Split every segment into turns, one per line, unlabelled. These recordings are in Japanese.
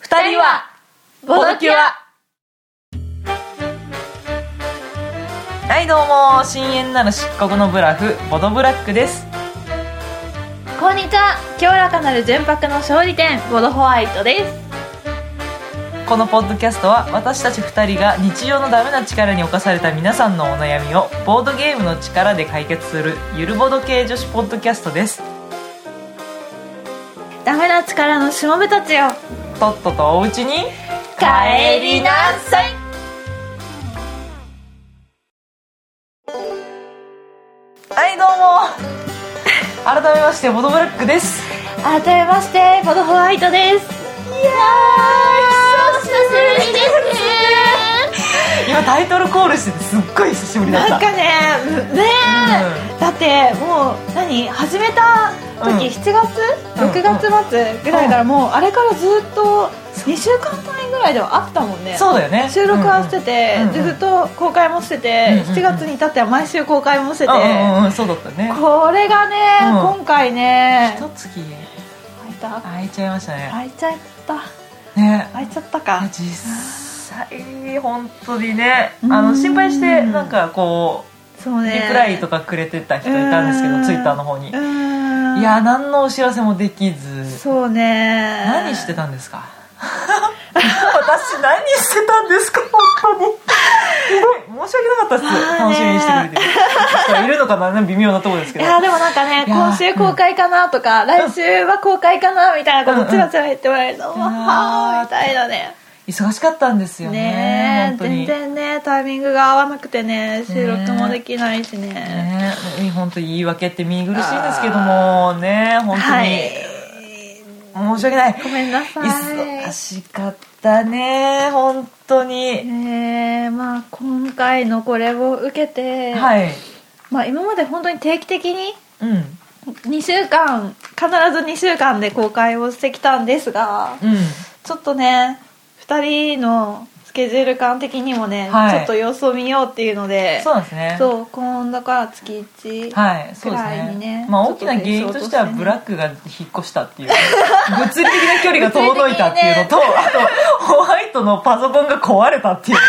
二人はボドキュア
はいどうも深淵なる漆黒のブラフボドブラックです
こんにちは清らかなる純白の勝利点ボドホワイトです
このポッドキャストは私たち2人が日常のダメな力に侵された皆さんのお悩みをボードゲームの力で解決するゆるボド系女子ポッドキャストです
ダメな力のしもべたちよ
とっととおうちに
帰りなさい
はいどうも改めましてボドブラックです
改めましてボドホワイトですいやー久しぶりですね
今タイトルコールしててすっごい久しぶりだった
なんかねねえ、だってもう何始めた時、
うん
7月6月末ぐらいからもうあれからずっと2週間単位ぐらいではあったもんね
そうだよね
収録はしてて、
うんうん
でずっと公開もしてて、
うんうんうん
7月に至っては毎週公開もしてて、
うんうんうんうんそうだったね
これがね、
うん
今回ね
一月
開いた
空いちゃいましたね
開いちゃった
ね
開いちゃったか
実際本当にね
うん
あの心配してなんかこ
そう
うリ
ね
プライとかくれてた人いたんですけ
う
ど
ん
ツイッターの方に
う
い
ーん
や何のお知らせもできず
そうね
何してたんですか 私何してたんですか本当にひどい申し訳なかったです
まあね
楽しみにしてくれてる人いるのかな微妙なところですけ
い
ど
やでもなんかね
いや
今週公開かなとか、来週は公開かなみたいなこ
うんう
と
ん
ちらちら言ってもらえると、
ん
わーみたいなね
忙しかったんですよね
ね
本当
全
に
然ねタイミングが合わなくてね収録もできないしね
ね本当に言い訳って見苦しいんですけどもね本
はい
当に申し訳ない
ごめんなさい
忙しかったね本当に、
ねえまあ今回のこれを受けて、
はい
まあ、今まで本当に定期的に
うんうん
2週間必ず2週間で公開をしてきたんですがちょっとね2人のスケジュール感的にもね、
はい
ちょっと様子を見ようっていうので
そうなんですね
そう今度から月1、
はいそうです
くらい
ね
にね
まあ
ち
大
ょっと
きな原因としては
そうですね
ブラックが引っ越したっていう 物理的な距離が遠のいたっていうのと、あとホワイトのパソコンが壊れたっていう で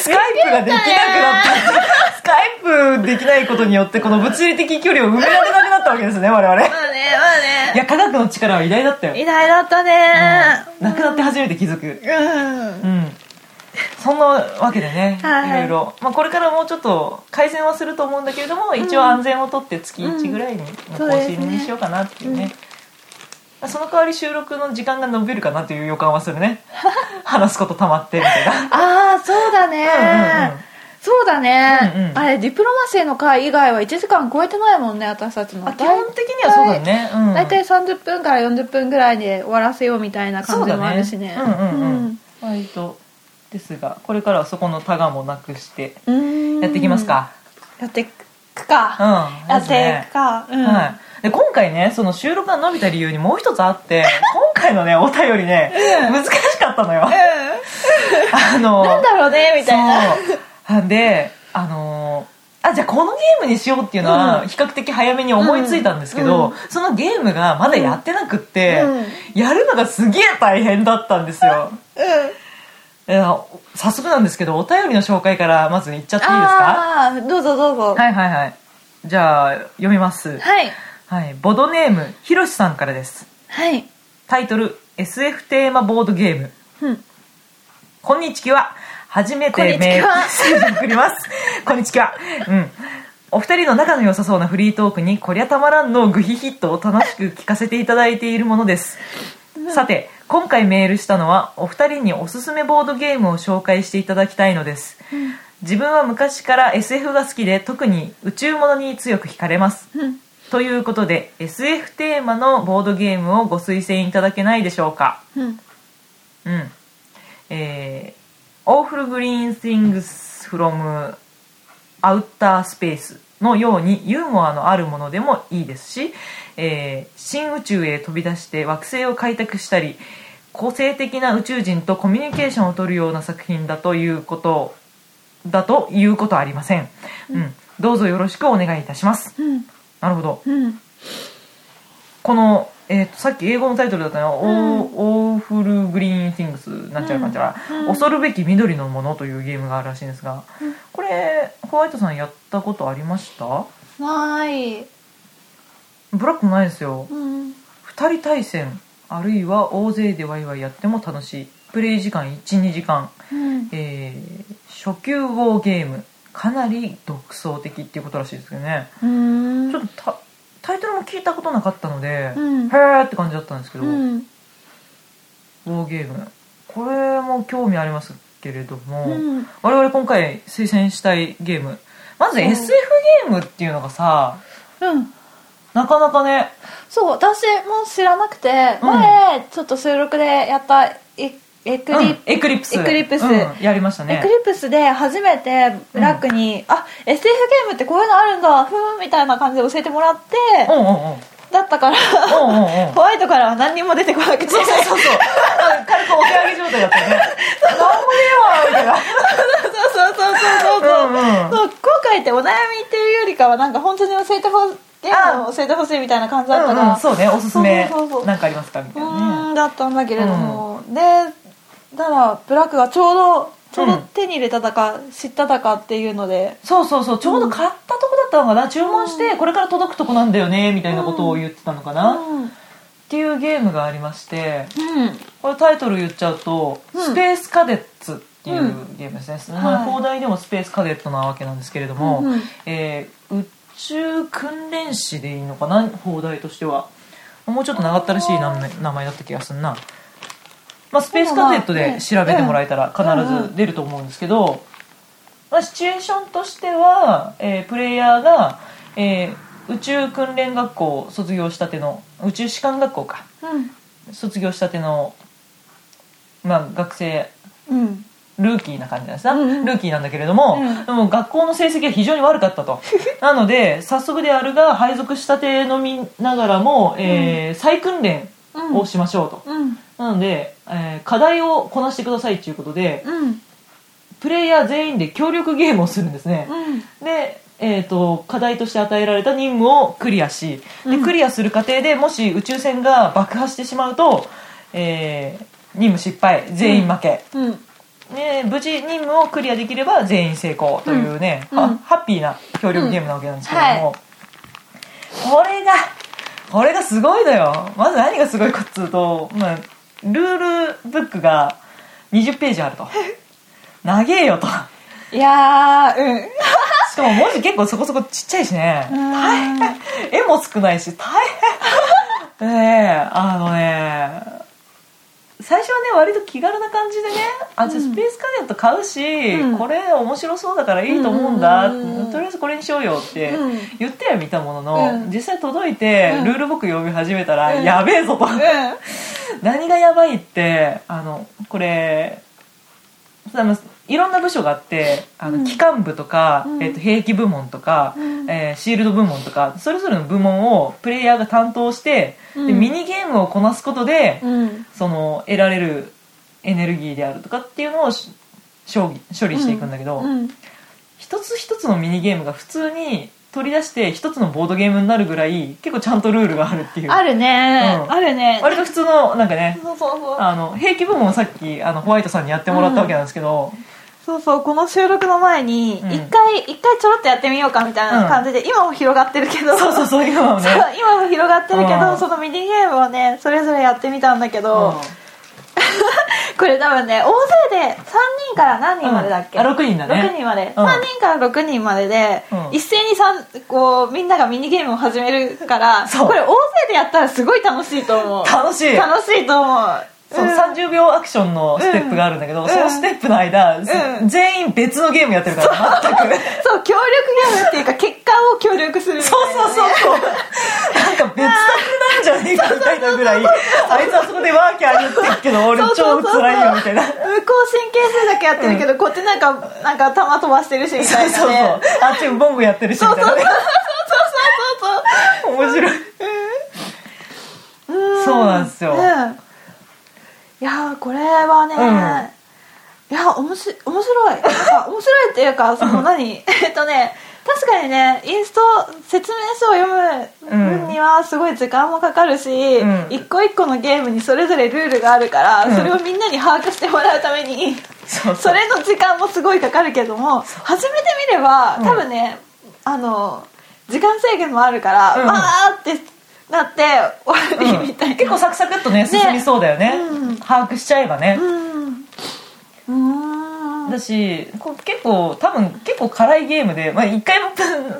すねスカイプができなくなったスカイプできないことによってこの物理的距離を埋められなくなったわけですね我々
まあねまあね
いや科学の力は偉大だったよ、
偉大だったね
うんなくなって初めて気づく
う
う
ん
ん、そんなわけでね、
はい
い、ろいろ、まあ、これからもうちょっと改善はすると思うんだけれども、一応安全をとって月1ぐらいにの
そう
更
ですね
新にしようかなっていうね,、その代わり収録の時間が延びるかなという予感はするね話すことたまってみたいな
ああそうだね、
うんうんうん
そうだね、
うんうん
あれディプロマシーの回以外は1時間超えてないもんね私たちの
まあ基本的にはそうだね、うん、
大体30分から40分ぐらいで終わらせようみたいな感じもあるしね
そうだねうんうんうん、割とですがこれからはそこのタガもなくして
うん
やっていきますか
やってくか、
うん、で
やっ
す
て
ね
いくか、うん
はい、で今回ねその収録が伸びた理由にもう一つあって 今回のねお便りね、難しかったのよあの
なんだろうねみたいな
そうであのあじゃあこのゲームにしようっていうの
う
は
ん
比較的早めに思いついたんですけど、
うん
そのゲームがまだやってなくって、
うん
やるのがすげえ大変だったんですよ
うん
いや早速なんですけどお便りの紹介からまずいっちゃっていいですか
ああどうぞどうぞ
はいはいはいじゃあ読みます
はい
はい、ボドネームひろしさんからです
はい、
タイトル SF テーマボードゲーム
うん、
こんにちは初め
こん
て
にちは
メールメールを送り ますこんにちはうんお二人の仲の良さそうなフリートークにこりゃたまらんのグヒヒットを楽しく聞かせていただいているものですさて今回メールしたのはお二人におすすめボードゲームを紹介していただきたいのです自分は昔から SF が好きで特に宇宙物に強く惹かれます
うん
ということで SF テーマのボードゲームをご推薦いただけないでしょうか
うん
うんえー、オーフルグリーン things from アウタースペースのようにユーモアのあるものでもいいですし、えー新宇宙へ飛び出して惑星を開拓したり個性的な宇宙人とコミュニケーションを取るような作品だということだということはありません、うん、どうぞよろしくお願いいたします
うん
なるほど
うん
このえー、とさっき英語のタイトルだったのは「オーフルグリーン・ティングス」なっちゃう感じは、
うんうん
恐るべき緑のもの」というゲームがあるらしいんですが、
うん
これホワイトさんやったことありました
ない、
ブラックもないですよ
うん、
2人対戦あるいは大勢でワイワイやっても楽しいプレイ時間12時間、
うん、
えー初級ウォーゲームかなり独創的っていうことらしいですけどね、
うん
ちょっとタタイトルも聞いたことなかったので、へ
うん
ーって感じだったんですけど、
うん
ウォーゲームこれも興味ありますけれども、
うん
我々今回推薦したいゲームまず
うん
SF ゲームっていうのがさ
うん
なかなかね
そう私も知らなくて、
うん
前ちょっと収録でやったエエクリ、
うんエクリプス
エクリプス
うんやりました
エ
ね
クリプスで初めてブラックに、あ SF ゲームってこういうのあるんだふーんみたいな感じで教えてもらって、
うんうんうん
だったから
うんう んうん
ホワイトからは何にも出てこなくて
そうそうそうそうあ軽くお手上げ状態だったよねなんもねえわみたいな
そうそうそうそうそう
うんうん
そう今回ってお悩みっていうよりかはなんか本当に教えてほゲームを教えてほしいみたいな感じだったか
うんう
ら
ん、そうねおすすめ
そうそうそうそう
なんかありますかみたいうな
ー
ね
んだったんだけれども、でだからブラックがちょうどちょうど手に入れただか、知っただかっていうので
そうそうそうちょうど買ったとこだったのかな注文してこれから届くとこなんだよねみたいなことを言ってたのかな、
うん、うん、
っていうゲームがありましてこれタイトル言っちゃうと「
うん
スペースカデッツ」っていううんゲームですね、
はい
まあ放題でもスペースカデットなわけなんですけれども、
うんうん
えー宇宙訓練士でいいのかな放題としてはもうちょっと長ったらしい名前名前だった気がするな、まあ、スペースカデットで調べてもらえたら必ず出ると思うんですけど、まあ、シチュエーションとしては、えープレイヤーが、えー宇宙訓練学校を卒業したての宇宙士官学校か
うん
卒業したての、まあ、学生
うん
ルーキーな感じなんですな、
うんうん
ルーキーなんだけれども、
うん
でも学校の成績は非常に悪かった となので早速であるが配属したてのみながらも、えー再訓練をしましょうと、
うん
なので、えー課題をこなしてくださいということで
うん
プレイヤー全員で協力ゲームをするんですね、
うん
で、えー、と課題として与えられた任務をクリアしで
うん
クリアする過程でもし宇宙船が爆破してしまうと、えー任務失敗全員負け、
うん
ね、無事任務をクリアできれば全員成功というね、
うん
は
うん
ハッピーな協力ゲームなわけなんですけれども、これがこれがすごいのよまず何がすごいかっつうと、まあ、ルールブックが20ページある と長えよとし
いやーうん
かも文字結構そこそこちっちゃいしね
大
絵も少ないし大変ねえあのね最初はね割と気軽な感じでねあじゃあ
うん
スペースカデット買うし、
うん
これ面白そうだからいいと思うんだ、
うんうんうんうん
とりあえずこれにしようよって
うん
言ってはみたものの、
うん
実際届いて、
うん
ルールブック読み始めたら、
うん
やべえぞと、
うん
何がやばいってあのこれあのいろんな部署があってあ
う
の
ん
機関部とか、
うん
えっと兵器部門とか、
うん
えーシールド部門とかそれぞれの部門をプレイヤーが担当して、で
うん
ミニゲームをこなすことで、
うん
その得られるエネルギーであるとかっていうのをし処理処理していくんだけど、
うん
一つ一つのミニゲームが普通に取り出して一つのボードゲームになるぐらい結構ちゃんとルールがあるっていう
あるね、
うん
あるね
割と普通のなんかね
そうそうそう
あの兵器部門をさっきあのホワイトさんにやってもらったわけなんですけど、
そうそうこの収録の前に一
うん
回、一回ちょろっとやってみようかみたいな感じで、今も広がってるけど
そうそうそういうのをね
そう今も広がってるけど、
うん
そのミニゲームをねそれぞれやってみたんだけど、
うん
これ多分ね大勢で3人から何人までだっけ、
うんあ6人だね
6人まで、
うん
3人から6人までで、
うん
一斉に三こうみんながミニゲームを始めるから
そう
これ大勢でやったらすごい楽しいと思う
楽しい
楽しいと思う
そう、
うん
30秒アクションのステップがあるんだけど、
うん
そのステップの間、
うん
全員別のゲームやってるから全く
そう協力ゲームっていうか結果を協力するみたい
そう
な
そうそうそうなんか別卓なんじゃねえかみたいなぐらいあいつあそこでワーキャー言ってっけど俺
そうそ
超
うそうそう
辛いよみたいな
向こう神経性だけやってるけど、こっちなんかなんか弾飛ばしてるしみ
そう
たい
そうそう
なね
あっちもボンボンやってるしみ
そう
た
そ
いうなね
そうそうそう
面白い
そうそう
そうなんですよ
うんいやーこれはね、いやおもし面白いなんか面白いっていうか その何えっとね確かにねインスト説明書を読む分ににはすごい時間もかかるし、
うん
一個一個のゲームにそれぞれルールがあるから、
うん
それをみんなに把握してもらうために
そう
それの時間もすごいかかるけども始めてみれば
うん
多分ね、あの時間制限もあるから、
うん
わーってなって終わ
う
り
ん
みたいな、
結構サクサクっとね進みそうだよね
うん
把握しちゃえばね、
うんうーん
だしこう結構多分結構辛いゲームで、まあ、1回も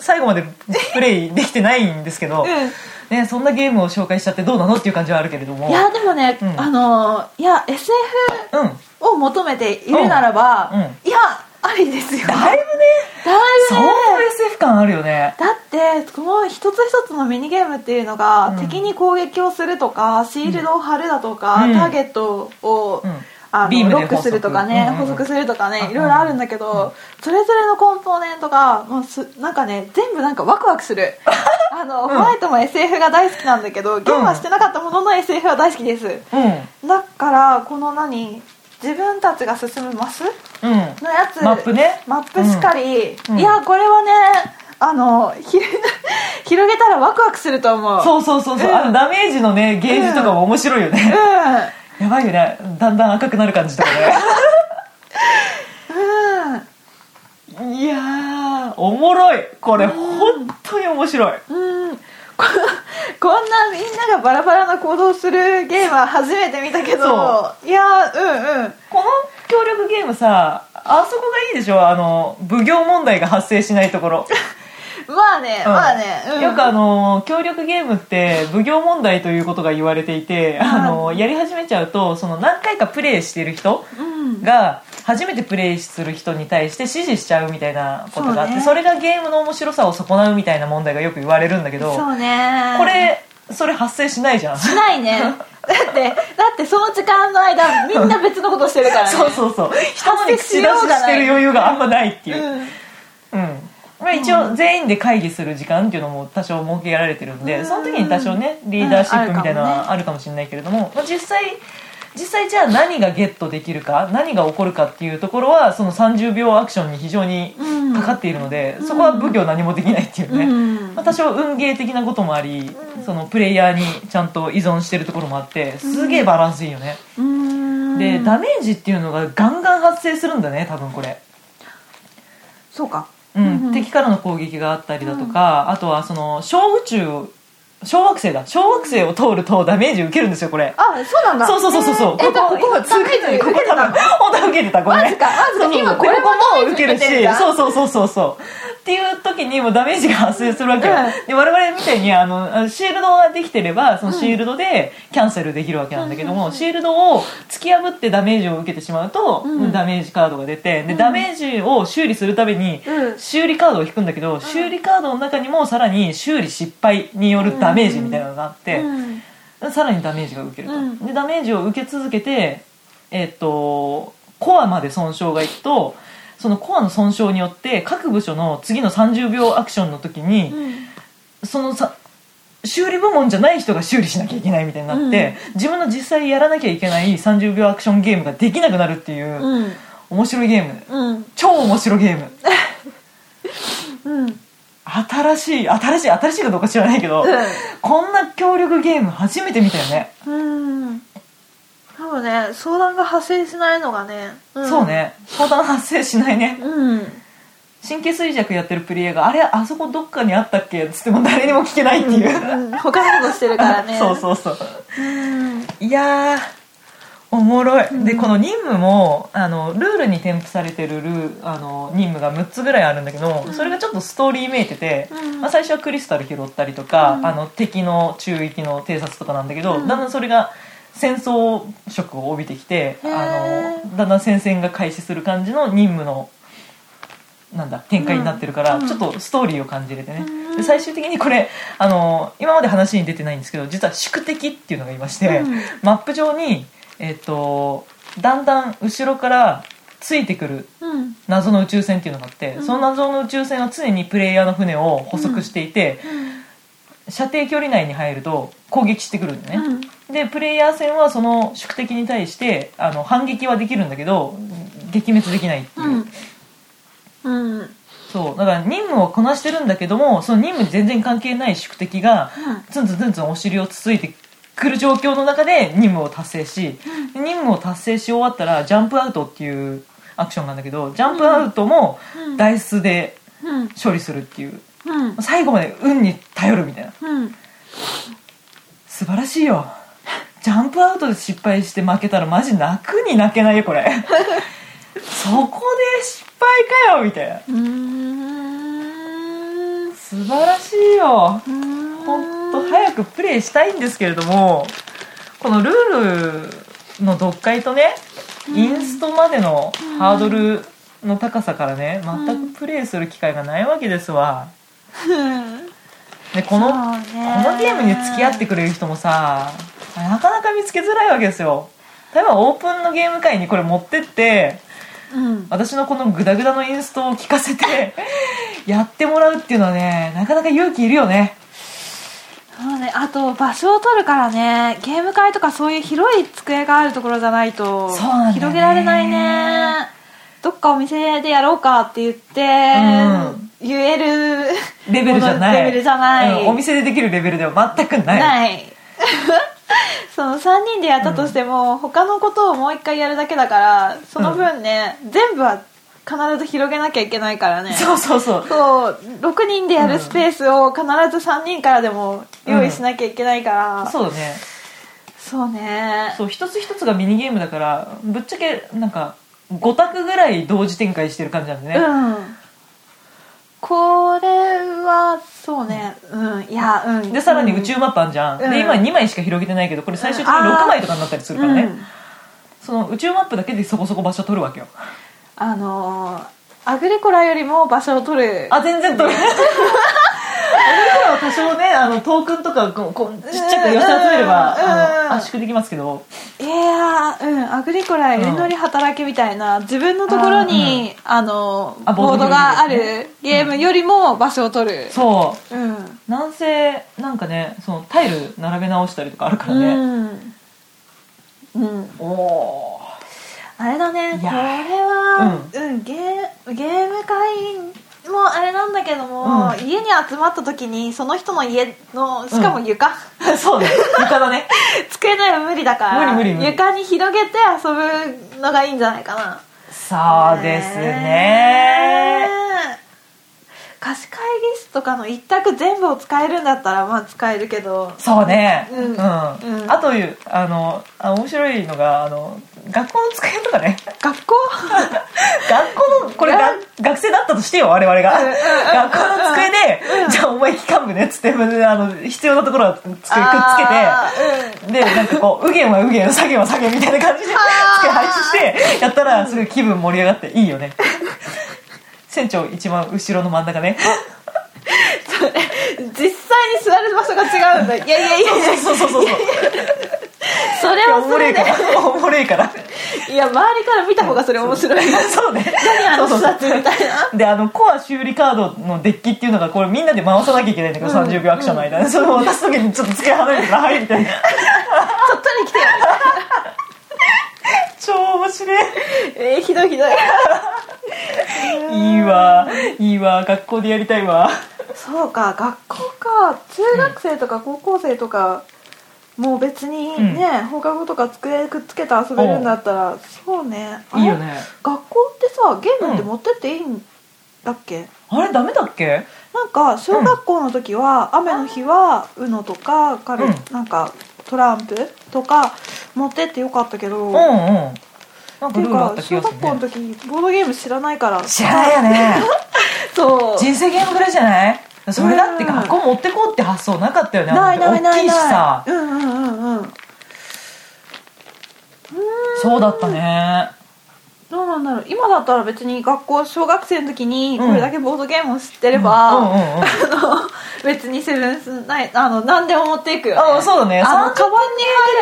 最後までプレイできてないんですけど、
うん
ね、そんなゲームを紹介しちゃってどうなのっていう感じはあるけれども
いやでもね、
うん
あのいや SF
うんだい
を求めているならば、
うんうん
いやありですよ
ぶね
だいぶ
相
ね
当 SF 感あるよね
だってこの一つ一つのミニゲームっていうのが、
うん
敵に攻撃をするとかシールドを貼るだとか、
うん
ターゲットを、
うん
あの
ビームで
ロックするとかね、
捕捉うんうんうん
捕捉するとかね
うん
いろいろあるんだけど、それぞれのコンポーネントがもうすなんかね全部なんかワクワク するあの、ホワイトも SF が大好きなんだけどゲームはしてなかったものの SF は大好きです
うん
だからこの何自分たちが進むマス
うん
のやつ
マップね
マップしかり、
うん
いやこれはねあのひ 広げたらワクワクすると思うう
そうそうそうそう、
うん
あのダメージのねゲージとかも面白いよね、
う
やばいよねだんだん赤くなる感じとか
ん
ねいやーおもろいこれ本当に面白い
うんうんここんなみんながバラバラな行動するゲームは初めて見たけど
そ
いやうんうん
この協力ゲームさあそこがいいでしょあの奉行問題が発生しないところ、
まあね、
うん
まあね、うん、
よくあの協力ゲームって奉行問題ということが言われていてあのやり始めちゃうとその何回かプレイしている人
うん
が初めてプレイする人に対して指示しちゃうみたいなことがあって
そう
そ,、れ
ね
がゲームの面白さを損なうみたいな問題がよく言われるんだけど
そうね
これそれ発生しないじゃん
しな いねだってだってその時間の間みんな別のことしてるから ね
そうそうそう人まで口出し
発生しようが
し
ない
てる余裕があんまないっていう、
うん
うんまあ、一応全員で会議する時間っていうのも多少設けられてるんで、
うん
その時に多少ねリーダーシップみたいなのはあるかもしれないけれども、まあ、実際実際じゃあ何がゲットできるか何が起こるかっていうところはその30秒アクションに非常に
うん
かかっているので、そこは奉行何もできないっていうね、
うん
まあ、多少運ゲー的なこともあり、そのプレイヤーにちゃんと依存してるところもあってすげえバランスいいよね、
うーん
でダメージっていうのがガンガン発生するんだね多分これ。
そうか
うん
うんうん
敵からの攻撃があったりだとか、あとはその小宇宙を小惑星だ小惑星を通るとダメージ受けるんですよこれ
あそうなんだ
そうそうそうそうそう、
えーえ
ここ
ここ
ここ
ダメージ
ここ
受けて
多
た
分
の
本当は受けてたごめん
マジかマジか
そうそう
今これも
ここも受ける
ダメージ受けてるじゃ
し
ん
そうそうそうそうそうっていう時にもうダメージが発生するわけよ、
うん
で我々みたいにあのシールドができてればそのシールドでキャンセルできるわけなんだけども、シールドを突き破ってダメージを受けてしまうと、
うん
ダメージカードが出てで、
ん
ダメージを修理するために、
うん
修理カードを引くんだけど、修理カードの中にもさらに修理失敗によるダメージみたいなのがあって、
うん
さらにダメージが受けると、
うん
でダメージを受け続けてえっとコアまで損傷がいくとそのコアの損傷によって各部署の次の30秒アクションの時に、そのさ修理部門じゃない人が修理しなきゃいけないみたいになって、自分の実際やらなきゃいけない30秒アクションゲームができなくなるっていう、
うん
面白いゲーム
うん
超面白いゲーム
うん
新しい新しい新しいかどうか知らないけど、
うん
こんな協力ゲーム初めて見たよね、
うん多分ね相談が発生しないのがね、ん
そうね相談発生しないね
うん
神経衰弱やってるプレイヤーがあれあそこどっかにあったっけっつっても誰にも聞けないっていう、
うん他のことしてるからね
そうそうそう
うん
いやーおもろい、でこの任務もあのルールに添付されてるルーあの任務が6つぐらいあるんだけど、それがちょっとストーリーめいてて、
うん
まあ、最初はクリスタル拾ったりとか、
うん
あの敵の中域の偵察とかなんだけど、
うん
だんだんそれが戦争色を帯びてきて
へー
あのだんだん戦線が開始する感じの任務のなんだ展開になってるから、
うん
ちょっとストーリーを感じれてね、
うん
で最終的にこれあの今まで話に出てないんですけど実は宿敵っていうのがいまして、
うん
マップ上に、えっとだんだん後ろからついてくる
うん
謎の宇宙船っていうのがあって、
うん
その謎の宇宙船は常にプレイヤーの船を捕捉していて、射程距離内に入ると攻撃してくるんだよね、
うん
でプレイヤー戦はその宿敵に対してあの反撃はできるんだけど撃滅できないっていう、
うんうん
そうだから任務をこなしてるんだけどもその任務に全然関係ない宿敵が
うん
ツンツンツンツンお尻をつついてくる状況の中で任務を達成しで任務を達成し終わったらジャンプアウトっていうアクションなんだけどジャンプアウトも
うん
ダイスで
うん
処理するっていう
うん
最後まで運に頼るみたいな
うん
素晴らしいよジャンプアウトで失敗して負けたらマジ泣くに泣けないよ これそこで失敗かよみたいな
うーんう
素晴らしいよ
ーん
本当早くプレイしたいんですけれどもこのルールの読解とね、
うん
インストまでのハードルの高さからね全くプレイする機会がないわけですわ
うん
でこのこ
そう
の
ね
ゲームに付き合ってくれる人もさなかなか見つけづらいわけですよ例えばオープンのゲーム会にこれ持ってって
うん
私のこのグダグダのインストを聞かせてやってもらうっていうのはねなかなか勇気いるよね
そうねあと場所を取るからねゲーム会とかそういう広い机があるところじゃないと
そうなんだよね
広げられないねどっかお店でやろうかって言って、言える
レベルじゃない
レベルじゃない、
うんお店でできるレベルでは全くない
ない その3人でやったとしても、他のことをもう一回やるだけだからその分ね、全部は必ず広げなきゃいけないからね
そうそうそう
そう6人でやるスペースを必ず3人からでも用意しなきゃいけないから、
そうだね
そうね
そう一つ一つがミニゲームだからぶっちゃけなんか5択ぐらい同時展開してる感じなんでね、
うんこれはそうねうんいやうん
でさらに宇宙マップあんじゃん、
うん
で今2枚しか広げてないけどこれ最終的に
うんあー
6枚とかになったりするからね、
うん
その宇宙マップだけでそこそこ場所取るわけよ
あのーアグリコラよりも場所を取る
あ全然取れない俺らは多少ねあのトークンとかこうこうちっちゃく寄せ集めれば、
うん
あ
うん
の圧縮できますけど
いやーうんアグリコラよりのり働きみたいな自分のところにあ,、の
あ
ボ
ボ
ー
ード
ドがあ
ゲーム
るゲームよりも場所を取る
そう
うん
南西なんかねそのタイル並べ直したりとかあるからね、
うん、うん、
おお
あれだね
い
これ
や
は、うんゲーゲーム会もあれなんだけども、
う
家に集まった時にその人の家のしかも床、
ー そうね床だね
机の上無理だから
無理無理無理
床に広げて遊ぶのがいいんじゃないかな
そうですね
ね貸し会議室とかの一択全部を使えるんだったらまあ使えるけど
そうね
うん
うん、
うん
あというあのあ面白いのがあの学校の机とかね
学校
学校のこれが学生だったとしてよ我々が、学校の机で、じゃあお前機関部ねっつってあの必要なところは机くっつけて
あーうん
でなんかこう右舷は右舷左舷は左舷みたいな感じで
あー
つけ配置してやったらすごい気分盛り上がっていいよね船長一番後ろの真ん中ね
それ実際に座る場所が違うんだいやいやいやいや
そうそうそうそうい
それ
や
は
お
そ
もれ
れ
えか
で
らおもれえから
いや周りから見た方がそれ面白い
そうね
何あの
そうそう
視察みたいな
であのコア修理カードのデッキっていうのがこれみんなで回さなきゃいけないんだけど、
うん
30秒アクションの間に、それを渡す時にちょっと机離れてからはいみたいな
そっちに来てよ
超面白い
えー、ひどいひどい
いいわいいわ学校でやりたいわ
そうか学校か中学生とか高校生とか、もう別に
うん
ね、放課後とか机くっつけて遊べるんだったらそうねあれ
いいよね
学校ってさゲームって持ってっていいんだっけ、
あれダメだっけ
なんか小学校の時は、雨の日は UNO とかカル、
うん
なんかトランプとか持ってってよかったけど、
うんうんなん
って
か
い
ルー
う
ルあ
か
った気
小
がする、
学校の
ね、
時ボードゲーム知らないから
知らないよね
そう
人生ゲームぐらいじゃないそれだって
うん
学校持ってこうって発想なかったよね
ないないない
大きいし
な
さ
いうんうんうんうん
そうだったね
どうなんだろう今だったら別に学校小学生の時に
うん
これだけボードゲームを知ってれ
うんうん
ば、
うん
あの別にセブンスないあの何でも持っていくよ、ね、
あそうだね
あの
30
カバンに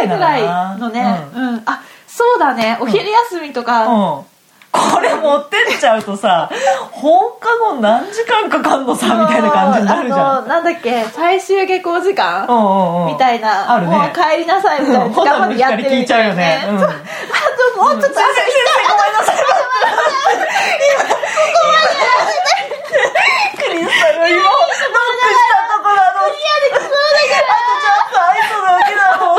入るぐらいの
ぐらい
ね
だ
うん、あそうだねお昼休みとか、
うんこれ持ってっちゃうとさ放課後何時間かかんのさみたいな感じになるじ
あ
ゃん
のなんだっけ最終下校時間、
うんうんうん
みたいな
あるね
もう帰りなさいみたいな時間までやってる
聞
み
いちゃ
た
う
い
よ
な
ね、うん、
そうあともうちょっと遊びたい
ごめんなさい
クリスタルは今ノックしたとこなのクリアで聞こえないからあとちょっとアイドルだけなの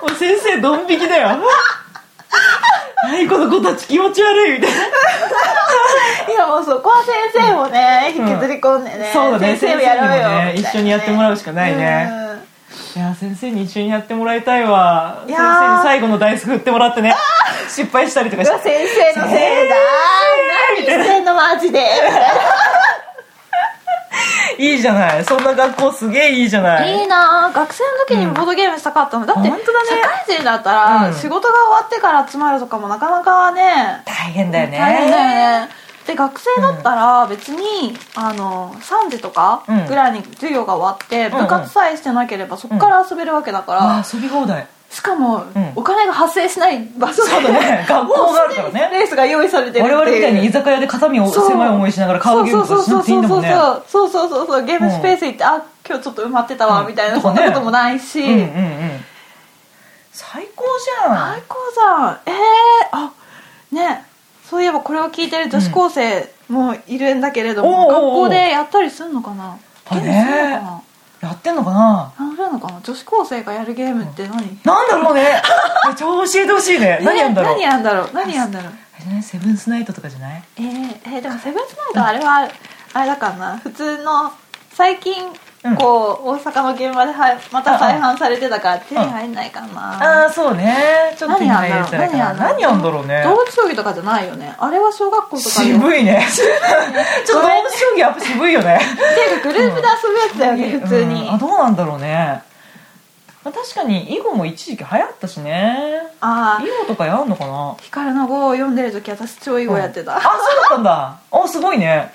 もう先生ドン引きだよはいこの子たち気持ち悪いみたいない
やもうそこは先生もね、
うん
引きずり込んでね、
そうだね
先生もやろ
先生にも
うよ
ね
みたいな
一緒にやってもらうしかないね
う
い
ん
や先生に一緒にやってもらいたいわ
い
先
や
生
ー
に最後のダイス振ってもらってね失敗したりとか
うわ
して
先生のせいだ何してんのマジで
いいじゃないそんな学校すげえいいじゃない
いいなあ学生の時にボードゲームしたかったの、だって
本当だね
社会人だったら、
うん
仕事が終わってから集まるとかもなかなかね
大変だよね
大変だよねで学生だったら別に、あの3時とかぐらいに授業が終わって、
ん
部活さえしてなければそこから遊べるわけだから、
あ遊び放題
しかも、
ん
お金が発生しない場所
そうだね学校があるからね
もうすでにスペースが用意されてるって
我
いう
々みたいに居酒屋で肩身を
そう
狭い思いしながらカードゲームとかしなくていいんだもんね
そうそうそうそうそうそうそうそうゲームスペース行って、あ今日ちょっと埋まってたわ、
うん
みたいな
と
そ
か
ん
ね
なこともないし、
うんうんうん最高じゃん
最高じゃんえー、あねそういえばこれを聞いてる女子高生もいるんだけれど
おうおう
も、学
おう
校でやったりするのかな
あ
ゲー
ね
ムするのかな
やってんのかな
やるのかな女子高生がやるゲームって何、
なんだろう ねめっちゃ教えてほしいね
え
何やんだろう
何やんだろう何やんだろう
あれじゃないセブンスナイトとかじゃない
えー、えーでもセブンスナイトあれは、あれだからな普通の最近
うん
こう、大阪の現場ではまた再販されてたから手に入んないかな、
ああそうねちょっと手に入れたらいいかな
何
何
や
や
ん
ん
だ
だ
ろ
ろうね
動物競技とかじゃないよねあれは小学校とかの
渋いねちょっと
ごめん
動物将棋やっぱ渋いよね
ていうかグループで遊ぶやつだよね、普通に、
うんあどうなんだろうねまあ確かに囲碁も一時期流行ったしね
ああ
囲碁とかやんのかな
光の碁を読んでる時私超囲碁やってた、
あそうだったんだあすごいね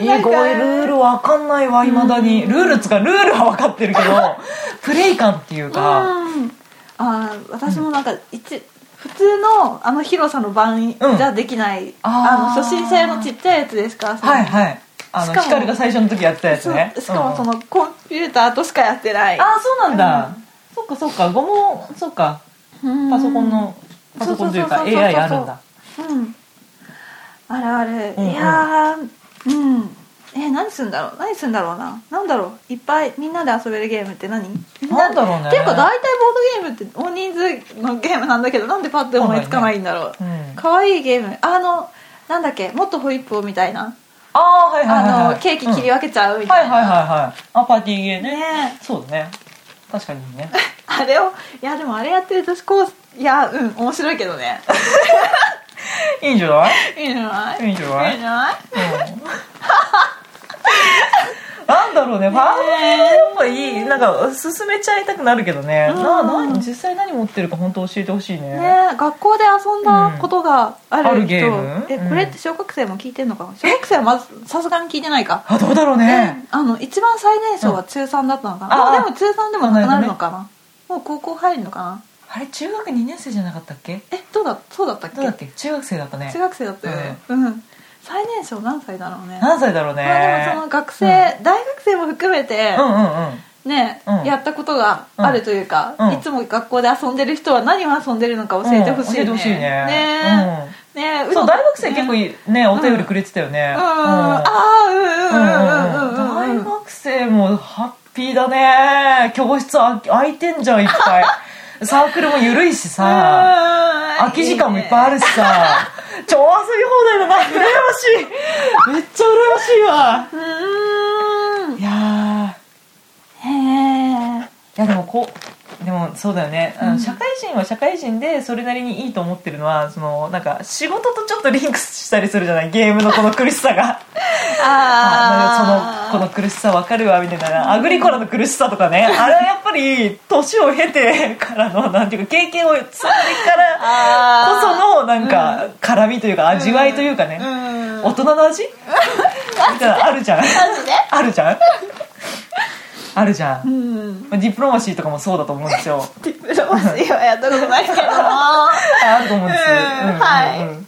囲
なん
碁
か
ルールわかんないわいまだにルールつうかルールは分かってるけ どプレイ感っていうか
うんあー私もなんか一、普通のあの広さの盤じゃできない、あ
あー
の初心者用のちっちゃいやつですから
はいはいあの
しかも
光が最初の時やってたやつ
そう
ね
しかもそ
うん
のコンピューターとしかやってない
あそうなんだ、
う
そっかそっか碁もそっか
うん
パソコンのパソコンというか
そうそうそうそうそう
AI あるんだ
うんあるある、
うんうん
いやーうんえ何すんだろう何すんだろうな何だろういっぱいみんなで遊べるゲームって何みな
なんだろうね
っていうか大体ボードゲームって大人数のゲームなんだけどなんでパッて思いつかないんだろう
そうだよねうん
可愛、いいゲームあのなんだっけもっとホイップをみたいな
ああはいはいはい、
あ
はい、
のケーキ切り
は、
分けちゃうみ
は
た
い
い
はいはい
な
はいあパーティーゲーね
ねえ
そうだね確かにね
あれをいやでもあれやってる女子高いやうん面白いけどね
いいんじゃ ない
いいんじゃない
いいんじゃない
いんじゃない
なんだろうね、パームやっぱいい、なんか進めちゃいたくなるけどね。
うん
な、何、実際何持ってるか本当教えてほしいね。
ねえ学校で遊んだことがある人、
うんあるゲーム
え
うん
これって小学生も聞いてんのかな小学生はまずさすがに聞いてないか、
あ、どうだろうね。
あの一番最年少は中3だったのかな、
うん
もうでも中3でもなくなるのかな、もう高校入るのかな
あれ、中学2年生じゃなかったっけ。
えどうだそうだったっけ
どうだっけ、中学生だったね
中。学生だったよねうん、最年少何歳だろうね
何歳だろう
まあでもそ
ね
の。学生、大学生も含めて、
うんうんうん。
ね、
うん
やったことがあるというか、
うん
いつも学校で遊んでる人は何を遊んでるのか教えてほしいね、
うん教えてほしいね
ねえ、ねえ
そう、大学生結構
い
いね、お便りくれてたよね。
うん、
うん
ああうんうんうんうんうん
大
うんうん
学生もハッピーだね。教室あ空いてんじゃん、いっぱ い。サークルも緩いしさ。空き時間もいっぱいあるしさ超遊び放題だな羨ましいめっちゃ羨ましいわ
うーん
いや
へえ
ーいやでもこうでもそうだよね、あの社会人は社会人でそれなりにいいと思ってるのはそのなんか仕事とちょっとリンクしたりするじゃないゲームのこの苦しさがあ
あ
ーそのこの苦しさわかるわみたいなアグリコラの苦しさとかねあれはやっぱり年を経てからのなんていうか経験を積んでからこそ
あ
のなんか辛みというか味わいというかね、
ーう
大
ん
人の味みたいなのあるじゃんあるじゃんあるじゃん、
うん
まあディプロマシーとかもそうだと思うんですよ
ディプロマシーはやったことないけども
ああると思うんです
うん
うん
はい
うん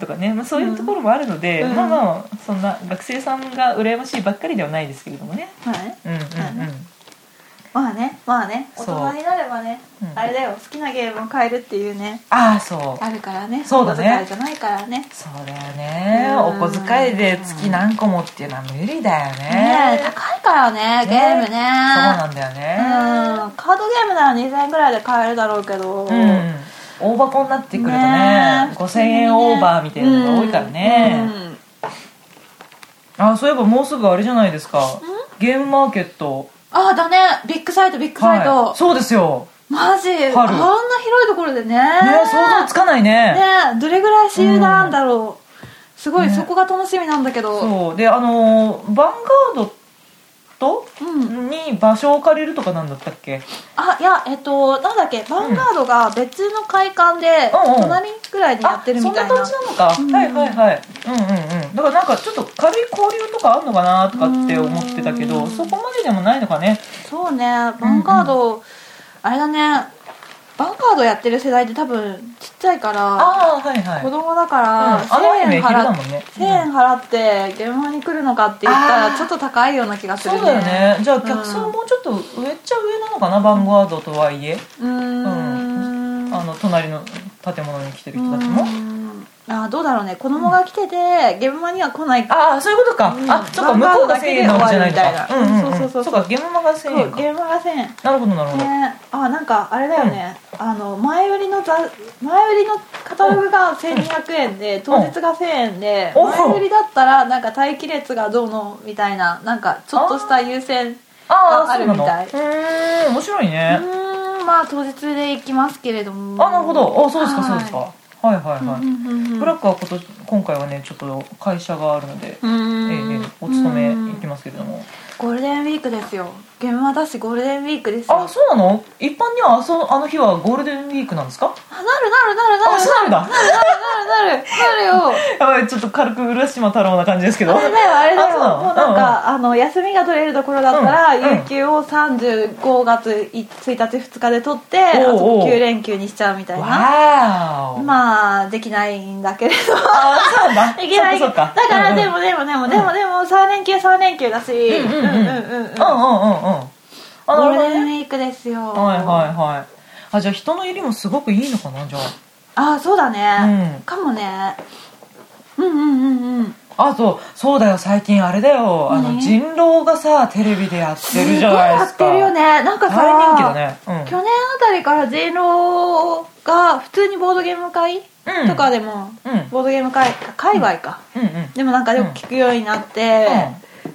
とかね、まあ、そういうところもあるので、まあまあそんな学生さんが羨ましいばっかりではないですけれどもね
はい
うんうんうん、
まあねまあね大
そう
人になればね、
うん
あれだよ好きなゲームを変えるっていうね
ああそう
あるからね
そうだね
お小遣いじゃないからね
そうだよねお
うん
小遣いで月何個もっていうのは無理だよ
ねえ
ね
高いからねゲームね
そうなんだよね
うんカードゲームなら2000円ぐらいで買えるだろうけど、
うん大箱になってくるとね
ねえ
5000円オーバーみたいなのが多いからね、
うんうん
あそういえばもうすぐあれじゃないですかゲームマーケット
ああだねビッグサイトビッグサイト、
はいそうですよ
マジあんな広いところでねね
ね想像つかないね
ねどれぐらい私有なんだろう、すごいそこが楽しみなんだけど、
そうであのーヴァンガードと
うん
に場所を借りるとかなんだったっけ
あいやえっとなんだっけヴァンガードが別の会館で
うんうん
隣ぐらいにやってるみたいな、
あそんな感じなのか、はいはいはいうんうんうんだからなんかちょっと軽い交流とかあんのかなとかって思ってたけど
うん
そこまででもないのかね
そうねヴァンガード、あれだねヴァンガードやってる世代って多分ちっちゃいから
ああはいはい
子供だか
うん
ら、
あのアニ
1000
メ
円
昼だ
払っ
もんね
1000円払って現場に来るのかって言った
あー
らちょっと高いような気がする
そ
ね
うだよねじゃあ客
う
層
ん
もうちょっと上っちゃ上なのかなバンガードとはいえ
うーん
あの隣の建物に来てる人たちも
うんあーどうだろうね子供が来てて現場には来ないか
ああそういうことか、
うん
あそっか向
バン
こ
ガ
うが
ード
1000
だけで
円なのじゃないのか
終わるみたいな
うんうんうん
そうそうそう
そうか現場が1000円か
現場が1000円
なるほどなるほど、
ね、あなんかあれだよね、あの前売りのざ前売りのカタログが1200円で当日が1000円で
おう
前売りだったらなんか待機列がどうのみたいななんかちょっとした優先う
ああ
ああるみたい
そうなのへえ面白いね、
ーんまあ当日で行きますけれども
あなるほどあそうですか
は
そう
い
ですかはいはいはい、
うんうんうんうん
ブラックは今年今回はねちょっと会社があるので、
うーん
ええええお勤め行き
うん
ますけれども、
ゴールデンウィークですよ現場だしゴールデンウィークですよ
あそうなの一般にはあそうあの日はゴールデンウィークなんですか
あなるなるなるな
あ
る
そうなんだ
なるなるなるよ
やばいちょっと軽く浦島太郎な感じですけど
あれだよあれだよ
あそう
もうなんか、あの休みが取れるところだったら、
うんうん
有給を35月1日2日で取って
おうおう
あと9連休にしちゃうみたいな
わーお
まあできないんだけれど
あー そうなんだ
でき ない
そうか
だからで
も
もでもでもでもでも3連休3連休だしうん
うんうん
うんうん
うんうんうんうんあ
ゴ
なる
ー
ほど
ルデ
ね
ンウィークですよ
はいはいはいあじゃあ人の入りもすごくいいのかなじゃ
ああそうだ
あう
ね、
ん
かもねうんうんうんうん
あとそうだよ最近あれだよあの
何
人狼がさテレビでやってるじゃないです
すご
か
いやってるよねなんかさ
大人気だねうん
去年あたりから人狼が普通にボードゲーム会、
うん
とかでも、
うん
ボードゲーム会界隈か、
うんうん
でもなんかよく聞くようになって、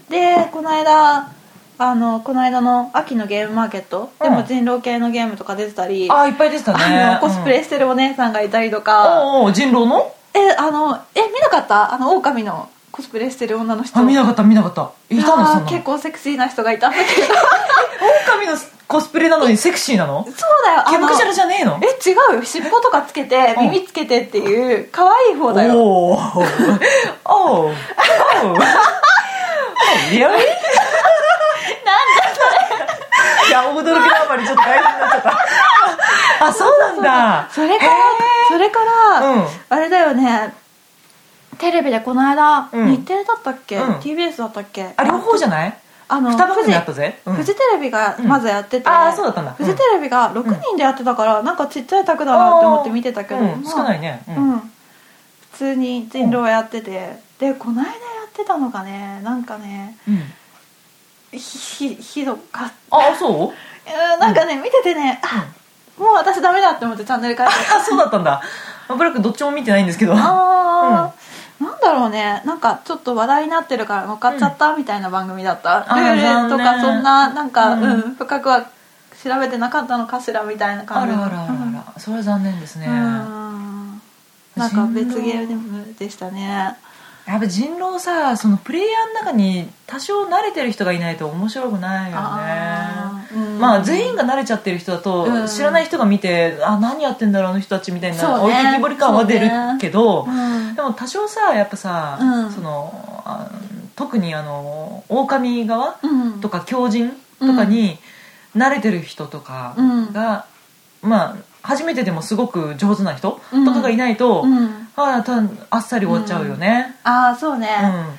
でこの間あのこの間の秋のゲームマーケットで
う
も
ん
人狼系のゲームとか出てたり、
あいっぱいでした
あ
ね
のコスプ
う
レ
ん
してるお姉さんがいたりとか、
おうおう人狼の
えあのえ見なかったあの狼のコスプレしてる女の人
あ見なかった見なかったいたの
あー
そんなの
結構セクシーな人がいたんだ けど
狼のコスプレなのにセクシーなの
そうだよ
毛
あ
む
の
くじゃらじゃねえの
え違うよ尻尾とかつけて
うん
耳つけてっていう可愛い方だよ
おお おうおう Really? いや驚きのあまりちょっと大事になっちゃ ったあそうなんだ
それからそれから、
うん
あれだよねテレビでこの間、
うん
日テレだったっけ、
うん
TBS だったっけ
あ両方じゃない
あの
二番組あったぜうん
フジフジテレビがまずやってて、
うんあーそうだったんだ
フジテレビが6人でやってたから、なんかちっちゃい卓だなって思って見てたけど、
うん
まあ
少ないね、うん
うん、普通に人狼やってて、でこの間やってたのがねなんかね
うん
ひひひどかった
ああそう
いやーなんかね、見ててねあもう私ダメだって思ってチャンネル変えて
あそうだったんだブラックどっちも見てないんですけどあ
あー、なんだろうねなんかちょっと話題になってるから乗っかっちゃったみたいな番組だった、
あー
ルールと
残
か
念
そんななんか、
う
うんん深くは調べてなかったのかしらみたい
ら
な
あ
感じ
らあらあらそれは残念ですねや
うんなんか別ゲームでしたね
っぱ人狼さそのプレイヤーの中に多少慣れてる人がいないと面白くないよね
あーうん
まあ全員が慣れちゃってる人だと、
うん
知らない人が見てあ何やってんだろうあの人たちみたい
そう
な
ね
置いてきぼり感は出るけど、
うん
でも多少さやっぱさ、
うん
そのあ特にあの狼側
うん
とか狂人とかに慣れてる人とかが、まあ初めてでもすごく上手な人とかがいないと、
うん
ああたあっさり終わっちゃうよね。
ああそうね、
う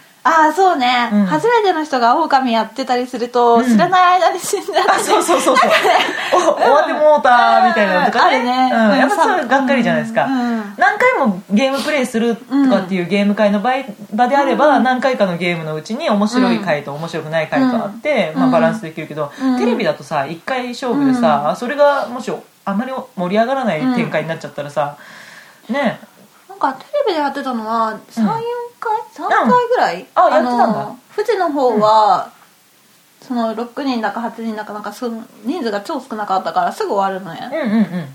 ん
ああそうね、
うん
初めての人が狼やってたりすると、
うん
知らない間に死んじゃって
あそうそうそうそ う、お終わってもうたみたいなのとかね
うんあるね
うん
うん
やっぱそれがっかりじゃないですか、
うんうん
何回もゲームプレイするとかっていうゲーム会の場合場であれば、何回かのゲームのうちに面白い回と面白くない回とあって、
うん
ま
う
あ、
ん
バランスできるけど、
うん
テレビだとさ一回勝負でさ、それがもしあまり盛り上がらない展開になっちゃったらさ、ね
なんかテレビでやってたのは34回、3回ぐらい、
あやってたんだ
の富士の方は、その6人だか8人だかなんかその人数が超少なかったからすぐ終わるの
う
ね、
んうんうん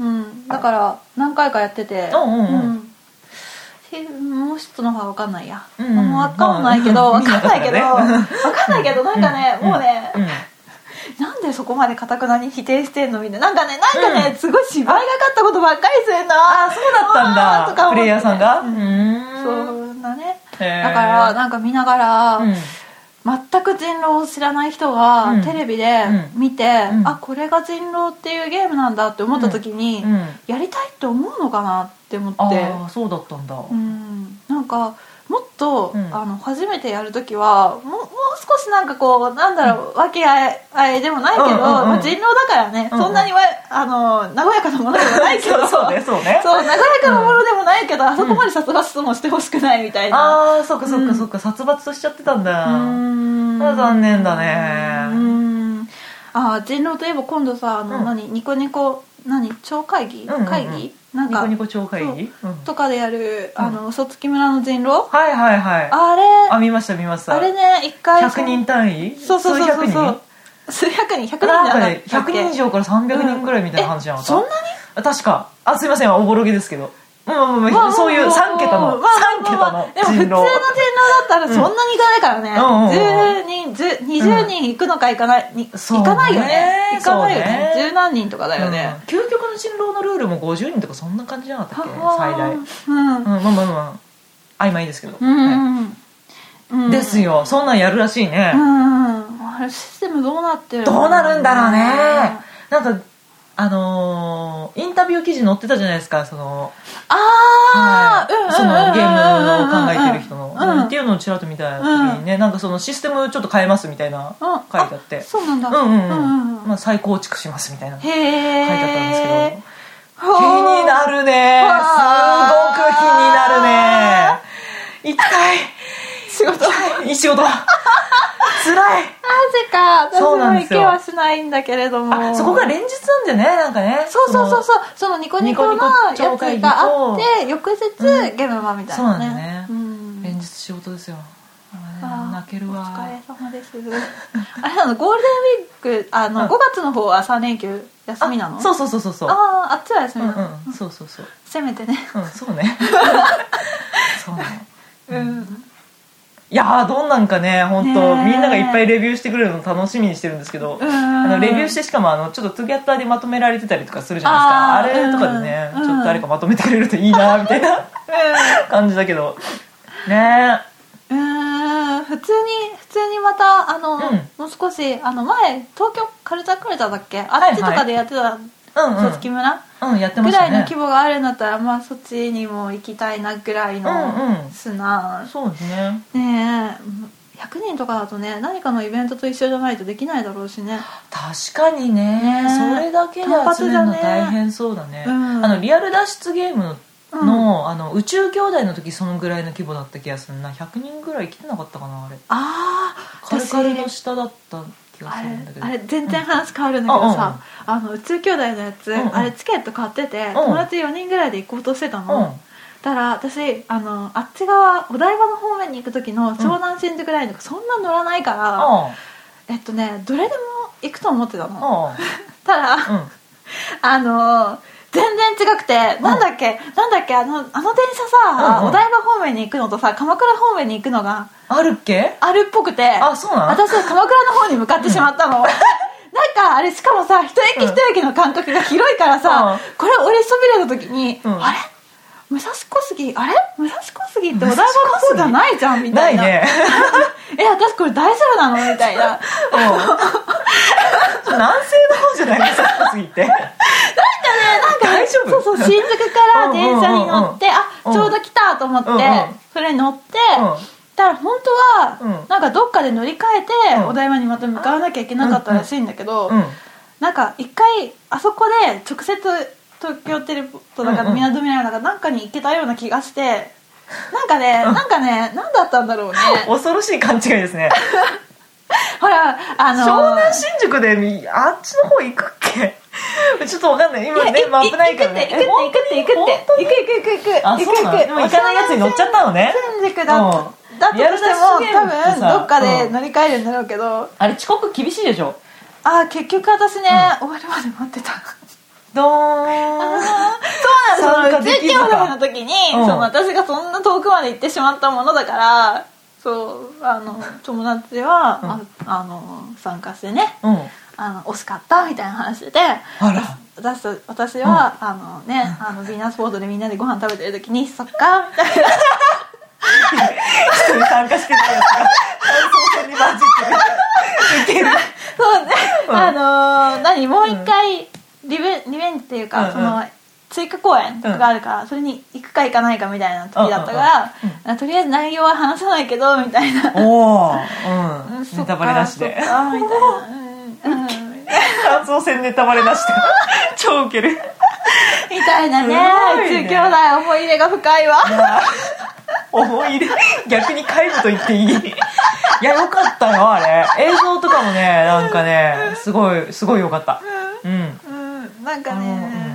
うん、だから何回かやってて
うんうんうん
しもう一つの方が分かんないや、
うんうん
もう分かんないけど、
まあ
分かんないけど、
みんなだからね
分かんないけどなんかね、もうね、
うん
なんでそこまでかたくなに否定してんのみたいななんかねなんかね、すごい芝居がかったことばっかりするな
あそうだったん
あー
だ
とか思っ
プ
て
レイヤーさんがう
そ
ーん
んなね
へー
だからなんか見ながら、
うん
全く人狼を知らない人が、
うん
テレビで見て、
うん
あこれが人狼っていうゲームなんだって思った時に、
うん
やりたいって思うのかなって思って
ああそうだったんだ
うんなんかもっと、
うん
あの初めてやる時はもうもう少しなんかこうなんだろう和気あいあいでもないけど、
うんうんうん
まあ、人狼だからね、
うんうん
そんなにわあの和やかなものではないけど
そうねそうね
そう和やかなものでもないけど、あそこまで殺伐ともしてほしくないみたいな。
ああそっかそっかそっか、殺伐としちゃってたんだ、あ残念だね
うんあー人狼といえば今度さあの、
うん
何ニコニコ何超会議、
うんうんうん
会議なん
ニ
か
コニコ超会議、うん、
とかでやるあの嘘つき村の人狼、
はいはいはいあ
あれ
見ました見ました
あれね一回
100人単位
そうそうそうそう
数百人
数百人100人じ
なん
ゃ
か
な
ね
い
100人以上から300人ぐらいみたいな話じゃなかった、
そんなに
確かあすいませんおぼろげですけどうんうんうん
まあ
そういう
まあ
3桁の
まあまあ
3桁
まあ
の
でも普
人
通の人
狼
狼だったらそんなにいかないからね、
うんうん
10人10 20人行くのか行かない、に
そう
行かないよね
ね
行かないよね
そうね
十何人とかだ
う
よ
ん
ね、
究極の人狼のルールも50人とかそんな感じじゃなかったっけ
は
最大、う、
うんん
まあまあまあ曖昧ですけど、は
うんうん
いですよそんなんやるらしいね、
うんあれシステムどうなってるの
どうなるんだろうねなんかあのーインタビュー記事載ってたじゃないですかその,、
ああ、
はい
うん
そのゲームを考えてる人の、
うん
っていうのをちらっと見た時にね、なんかそのシステムちょっと変えますみたいな
うん
書いてあって
あそうなんだ
うんうんうん、
うん
まあ、再構築しますみたいな
へ
書いてあ
え
ったんですけど
気
気になるね
はあ
すごく気になるね一回
仕事
いい仕 事辛い
なぜか私
そうなんで
も行
す
け
よ
はしないんだけれども
あそこが連日なんだよねなんかね
そうそうそう
そ
そうそのニコニコの
ニ
や
コニコ
つ
超会議と
があって翌日ゲームマみたいな
そ
ね
うなんだよね
うん
の連日仕事ですよあ
あ
ー
ー
泣ける
お疲
わ
れ様ですあれなのゴールデンウィークあ
う
の、
ん
5月の方は3連休休みなの
あそううそうそうそうそう
あああっちは休み
うん
なの、
うんそうそうそう
せめてね
うんそう ねそうなの
うん
いやーどんなんかね本当
ねー
みんながいっぱいレビューしてくれるの楽しみにしてるんですけど、
うん
あのレビューしてしかもあのちょっとトゥギャッターでまとめられてたりとかするじゃないですかあ
あ
れ
ー
とかでね、
うん
ちょっと誰かまとめてくれるといいなみたいな 感じだけどね
うーん普通に普通にまたあの、
うん
もう少しあの前東京カルチャークルチャーだっけ
いはい
あっちとかでやってた
えうん
「卒木村」
うん、うん、やってま
ぐ
し
ら
た
いの
ね
規模があるんだったら、まあそっちにも行きたいなぐらい
うんう
の
ん
砂、
そうですね
ねえ100人とかだとね何かのイベントと一緒じゃないとできないだろうしね
確かにね
ね
それだけで集めるの
単発じゃね
大変そうだね
うん
あのリアル脱出ゲームの,、あの宇宙兄弟の時そのぐらいの規模だった気がするな100人ぐらい来てなかったかなあれ
ああ
カルカルの下だった気が
あ
す
れ
るんだけど
あれ全然話変わるんだけどさ、あの宇宙兄弟のやつ、
うんうん
あれチケット買ってて、
ん
友達4人ぐらいで行こうとしてたの、
うん
たら私あのあっち側お台場の方面に行く時の湘南新宿ラインとかそんな乗らないから、えっとねどれでも行くと思ってたの、
う
たら、
んうんうん
あのー全然違くて、なんだっけなんだっけあのあの電車さ、
うんうん
お台場方面に行くのとさ鎌倉方面に行くのが
あるっけ
あるっぽくて
あそうなの
私は鎌倉の方に向かってし まったの、なんかあれしかもさ一駅一駅の間隔が広いからさ、
う
これ俺そびれた時に、
うん
あれ武蔵小杉あれ武蔵小杉ってお台場の方じゃないじゃんみ
な
たい
い
な
ね
え私これ大丈夫なのみた い
う
な
ん南西の方じゃないですかすぎて
なんかね
大丈夫
そうそう新宿から電車に乗って、
うんうんうんうん
あちょうど来たと思って、
うんうん
それに乗って、
うん
だから本当
う
は
ん
なんかどっかで乗り換え
う
て
ん
お台場にまた向かわなきゃいけなかったらしいんだけど、
うん
なんか一回あそこで直接東京テレポートだか
うんう
ら
ん
港未来だかなんかに行けたような気がしてなんかねなんかね何だったんだろうね
恐ろしい勘違いですね
ほらあの
湘南新宿でみあっちの方行くっけちょっとわかんない今ねマップないからね
行くって行くって行くって行く行く行く行く
あ
行
そうなの
く行く
でも行かないやつに乗っちゃったのね
新宿だ
う
だとしても
リ
多
アルな資源って
分
さ
どっかで乗り換えるんだろうけど
あれ遅刻厳しいでしょ
ああ結局私ね終わるまで待ってた
ドーン
そうなんで
参加で
すよ
きず
19
か
歳の時に、
うん
その私がそんな遠くまで行ってしまったものだからそうあの友達は、ああの参加してね
うん
あの惜しかったみたいな話で
あら
私と私は、あのねあのヴィーナスフォードでみんなでご飯食べてる時に「そっか」みた いな
それ参加してないやつが感想戦に混じってるいける
そうね、あのー何もう一回リベリベンジっていうか、
うんうん
その追加公演とかがあるから、それに行くか行かないかみたいな時だったから、あとりあえず内容は話さないけどみたいな
おお
う
うんん
そっ
ネタバレなしで
そっかみたいなうんうんみ
感想戦ネタバレなし で超ウケる
たいな
すごい
ね
ね
中兄弟思い入れが深いわ
思い入れ逆に皆無と言っていい いやよかったよあれ映像とかもねなんかねすごいすごいよかったうん
うんなんかね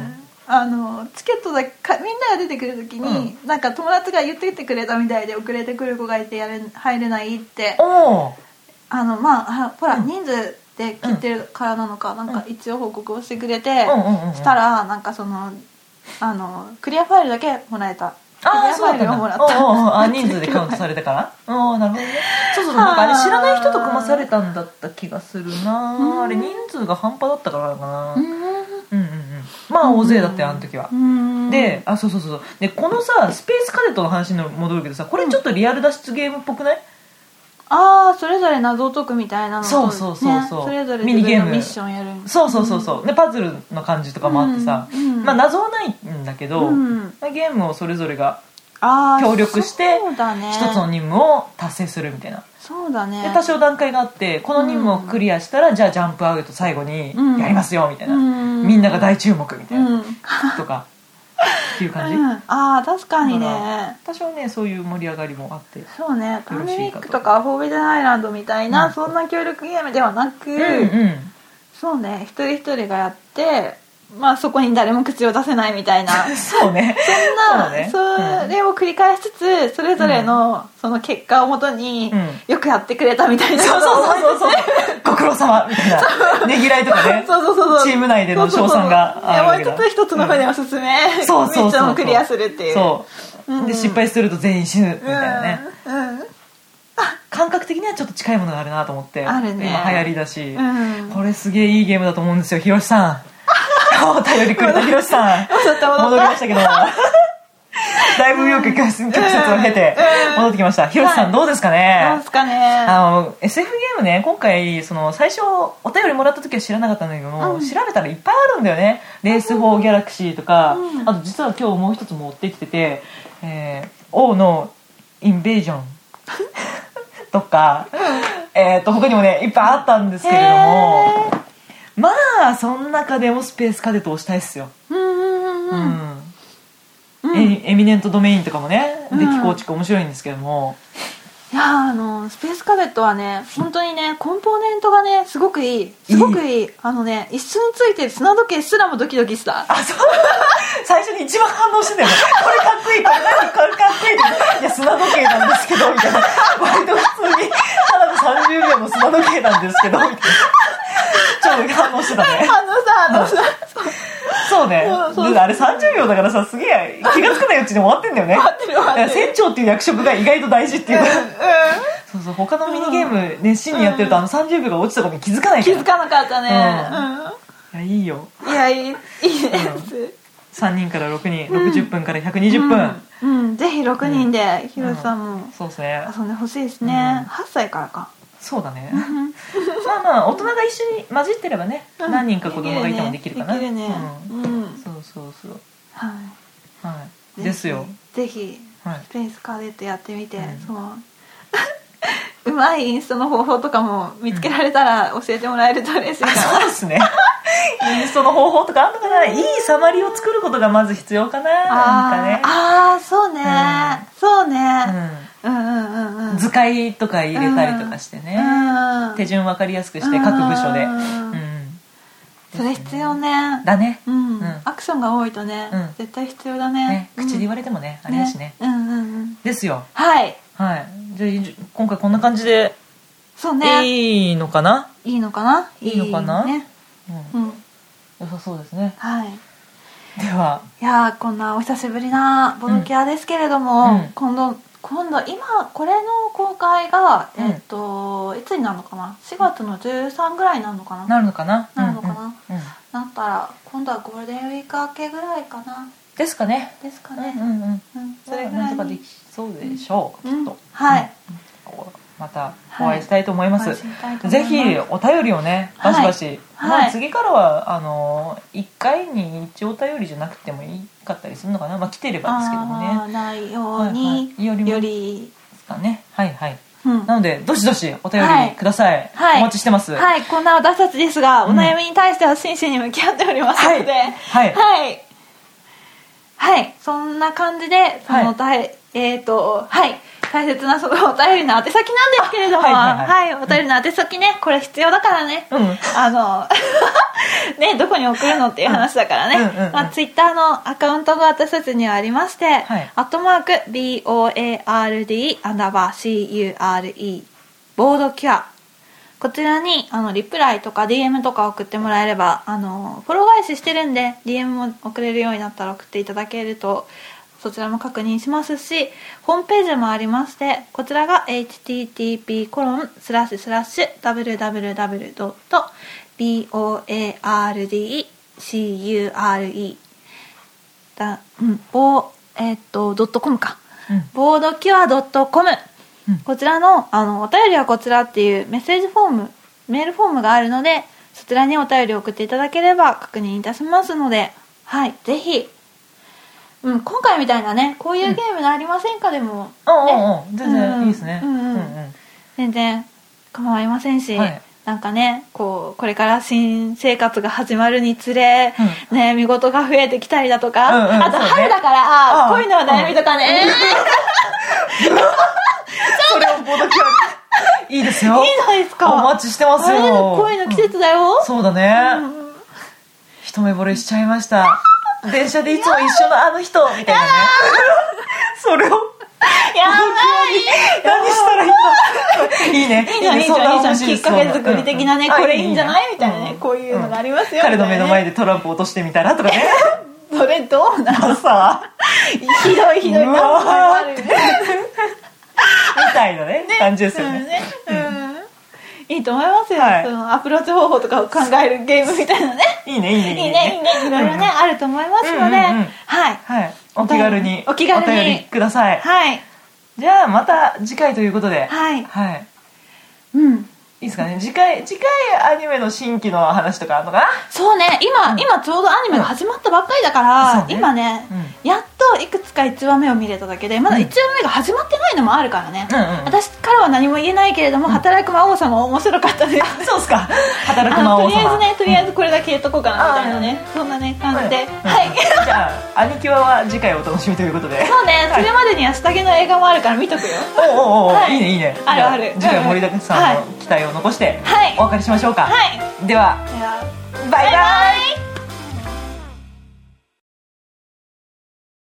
あのチケットだけかみんなが出てくる時に、なんか友達が言ってきてくれたみたいで遅れてくる子がいてやれ入れないって
おお
あのまああほら、人数で切ってるからなのか、なんか一応報告をしてくれ
う
て、
んうんうんうん
したらなんかそのあのクリアファイルだけもらえたク
あ
リア
あ
フ
そう
ァ
だ
イ
った
ル
んだ
をもらっ
おうおうおう
た
あ人数でカウントされた からああなるほどねそうそうなんかあれ知らない人とかもされたんだった気がするなあれ人数が半端だったからかな
う
うんうんうんまあ大勢だったよあの時は
んうん
であそうそうそうそうでこのさスペースカデットの話に戻るけどさこれちょっとリアル脱出ゲームっぽくない
ああそれぞれ謎を解くみたいなのと
そうそうそうそう
ね、それぞれ
ミニ
自
ゲー
分
ム
のミッションやるみたいな
そうそうそうそうでパズルの感じとかもあってさ、
うんうん
まあ謎はないんだけど、
うん
ゲームをそれぞれが
あー
協力して
そうだね
一つの任務を達成するみたいな、
そうだね
で多少段階があってこの任務をクリアしたら、じゃあジャンプアウト最後に
うん
やりますよみたいな、
うん
みんなが大注目みたいな、
うん
とかっていう感じ、
うん、ああ確かに
だから
ね
多少ねそういう盛り上がりもあって
そうねパ
よ
ン
ろ
デ
し
ミ
い
ッ
かと
クとかフォービデンアイランドみたいな、
うん
そんな協力ゲームではなく、
うんうん
そうね一人一人がやってまあそこに誰も口を出せないみたいな
そうね
そんな
そうね
それを繰り返しつつそれぞれのその結果をもとに、
う
よくやってくれたみたいな
そう
ことを
そうそうそうそうご苦労様みたいなねぎらいとかね
そうそうそうそう
チーム内での賞賛があるわけだ
そうそうそうねもう一つ一つの船を進 め、
そうそうそう
ミッション
そ
を
う
クリアするっていう
そう、
うん
で失敗すると全員死ぬみたいなね、
うん、うん
感覚的にはちょっと近いものがあるなと思って
あるね
今流行りだし、
うん
これすげえいいゲームだと思うんですよひろし さんお便りくれたひろしさん
戻った戻った
戻りま したけどだいぶよく曲折を経て戻ってきましたひろしさ
はい
んどうですか
どう
ね
ですかね
あの SF ゲームね今回その最初お便りもらった時は知らなかったんだけども、
うん
調べたらいっぱいあるんだよね「レース4ギャラクシー」とか、
うん
あと実は今日もう一つ持ってきてて「えー、王のインベージ ョン」とか、えー、と他にもねいっぱいあったんですけれどもまあその中でもスペースカデットを推したいっすよ、
うんうんう
うん
うん
ん
うんい
エエミネントドメインとかもね、
うん
デッキ構築面白いんですけども
やーあのスペースカベットはね本当にねコンポーネントがねすごくいいすごくいいあのね一緒についてる砂時計すらもドキドキした
あそう最初に一番反応してんだよねこれかっこいいこれ何これかっこいいっていや砂時計なんですけどみたいな割と普通にただの30秒の砂時計なんですけどみたいなちょっと反応してた
あの
ね
さあのさ
そうね
うんそう
であれ30秒だからさすげえ気が付かないうちに終わってんだ よね
ってる終わって
だか
る
ら船長っていう役職が意外と大事っていう
うん
そうそう他のミニゲーム熱心にやってるとあの30秒が落ちたことに気づかないか
気
ら
づかなかったね、
いやいいよ
うんいやいいいいです、
3人から6人60分から120分、
うん、うんぜひ6人でヒロさんも
そうですね
遊んでほしいです
うん
ね、8歳からか
そうだねまあまあ大人が一緒に混じってればね、
うん
何人か子供がいてもできるかな
できるねう
うん
ん、
そうそうそう
は
はい
い
ですよ
ぜひ
はい
スペースカーデットやってみて、
うん
その うまいインスタの方法とかも見つけられたら教えてもらえると嬉しいか
そうですねインストの方法とかあんのかないいサマリを作ることがまず必要かな
な
なんか
あーあーそうね、
うん
そうね、
ね、
うん、うんうんうんう
うんん、図解とか入れたりとかして
う
ね、
ん
手順分かりやすくして各部署で、う
う
んん
それ必要ね
だね
うん、
うん
アクションが多いとね、
うん
絶対必要だね
ね口で言わ
れ
れてもね、
た
あれだしね
うんうんうん
ですよ
はい
はいじゃあいじ今回こんな感じで
そうねいい
いいのかな、
のかない
いのかな
ね
うん
うん
良さそうですね
はい
ではい
やーこんなお久しぶりなボロキアですけれども、
うん
今度今度今これの公開が、
うん
えっといつになるのかな4月の13ぐらいになるのかなな
なるのかな
なるのかな
うんうんうん
ったら今度はゴールデンウィーク明けぐらいかな
ですかね
ですか
うん
ね、
うんうん
うん
それなんとかできそうでしょう、
うん
きっと、
はい
またお会いしたいと思います、
お会いしたいと思います
ぜひお便りをね
はい
バシバシ、
はい
まあ、次からはあの1回に1お便りじゃなくてもいいかったりするのかな、まあ、来てればですけども
あ
ね
ーないよう
はい
に、
はいよりも
より
ですかねはいはい
うん
なのでどしどしお便りください、
はい
お待ちしてます
はいこんな私たちですが、
うん
お悩みに対しては真摯に向き合っておりますので
はいはい
はい、はいそんな感じでその大、えっ、とはい大切なそのお便りの宛先なんですけれども、は
あ
い
はいはい
お便りの宛先ねこれ必要だからね、
うん
あの ねどこに送るのっていう話だからね、
うんうんうん
まあ、ツイッターのアカウントが私たちにはありまして、
はい
アットマーク BOARD アンダーバー CURE ボードキュアこちらにあのリプライとか DM とか送ってもらえればあのフォロー返ししてるんで DM も送れるようになったら送っていただけるとそちらも確認しますしホームページもありましてこちらが http コロンスラッシュスラッシュ www.boardcure だ、うん、ぼえっとドットコムか、
うん
ボードキュアドットコム
うん
こちらのあのお便りはこちらっていうメッセージフォームメールフォームがあるのでそちらにお便りを送っていただければ確認いたしますのではいぜひ、うん、今回みたいなねこういうゲームありませんか、でも
うんうんうん
ね
全然いいですね
うんう
う
ん
んうん
全然構いませんし、
はい
なんかねこうこれから新生活が始まるにつれ、
う
ね、見事が増えてきたりだとか、
うんうん
あと
そうね
春だから、
ああ
恋のお悩みとかね、
それをボードキュアにいいですよ
いいじゃないですか
お待ちしてます
あ
よ
れ恋の季節だよ、
そうだね、一目惚れしちゃいました電車でいつも一緒のあの人みたいなね それを
や
何したらいいんだいいね
ばいいいじゃんいいじゃんいいじゃんきっかけ
そんな
作り的なね、
うんうん
これいいんじゃない
あ
みたいなね、こういうのがありますよ、
彼の目の前
で
でトランプ落としてみたらとかね
それど うなの
さ
ひどいひどい
う
感想に
わ
な
ーっ
るよ
て
ね
みたいなね感じですよね
うんねうんいいと思いますよ、
はい
そのアプローチ方法とかを考えるゲームみたいなね
いいねいいね
いいねいいねいろいろねあると思いますので、
うんうんうん
はい
はいお気軽に
お気軽に
お便りください
はい
じゃあまた次回ということで
はい
はい
うん
いいですかね次回次回アニメの新規の話とかあるのか
そうね今、
うん
今ちょうどアニメが始まったばっかりだから、
そうね
今ね、やっといくつか1話目を見れただけでまだ
うん
1話目が始まってないのもあるからね、
うんうんうん
私からは何も言えないけれども「働く魔王様」面白かったです
なそうっすか働
あ
く魔
の
王
とりあえ
様
ずねとりあえずこれだけ言っとこうかなみたいなね、そんなね感じで、はい
じゃあ兄貴はは次回お楽しみということで
そうね、それまでには下着の映画もあるから見とくよ。
おうおうおう、
はい
い、いねいいね
あるある
じゃ次回盛りだくさんの期待を残して
はい
お別れしましょうか、
はい
では
では
バイバイ
バイバイ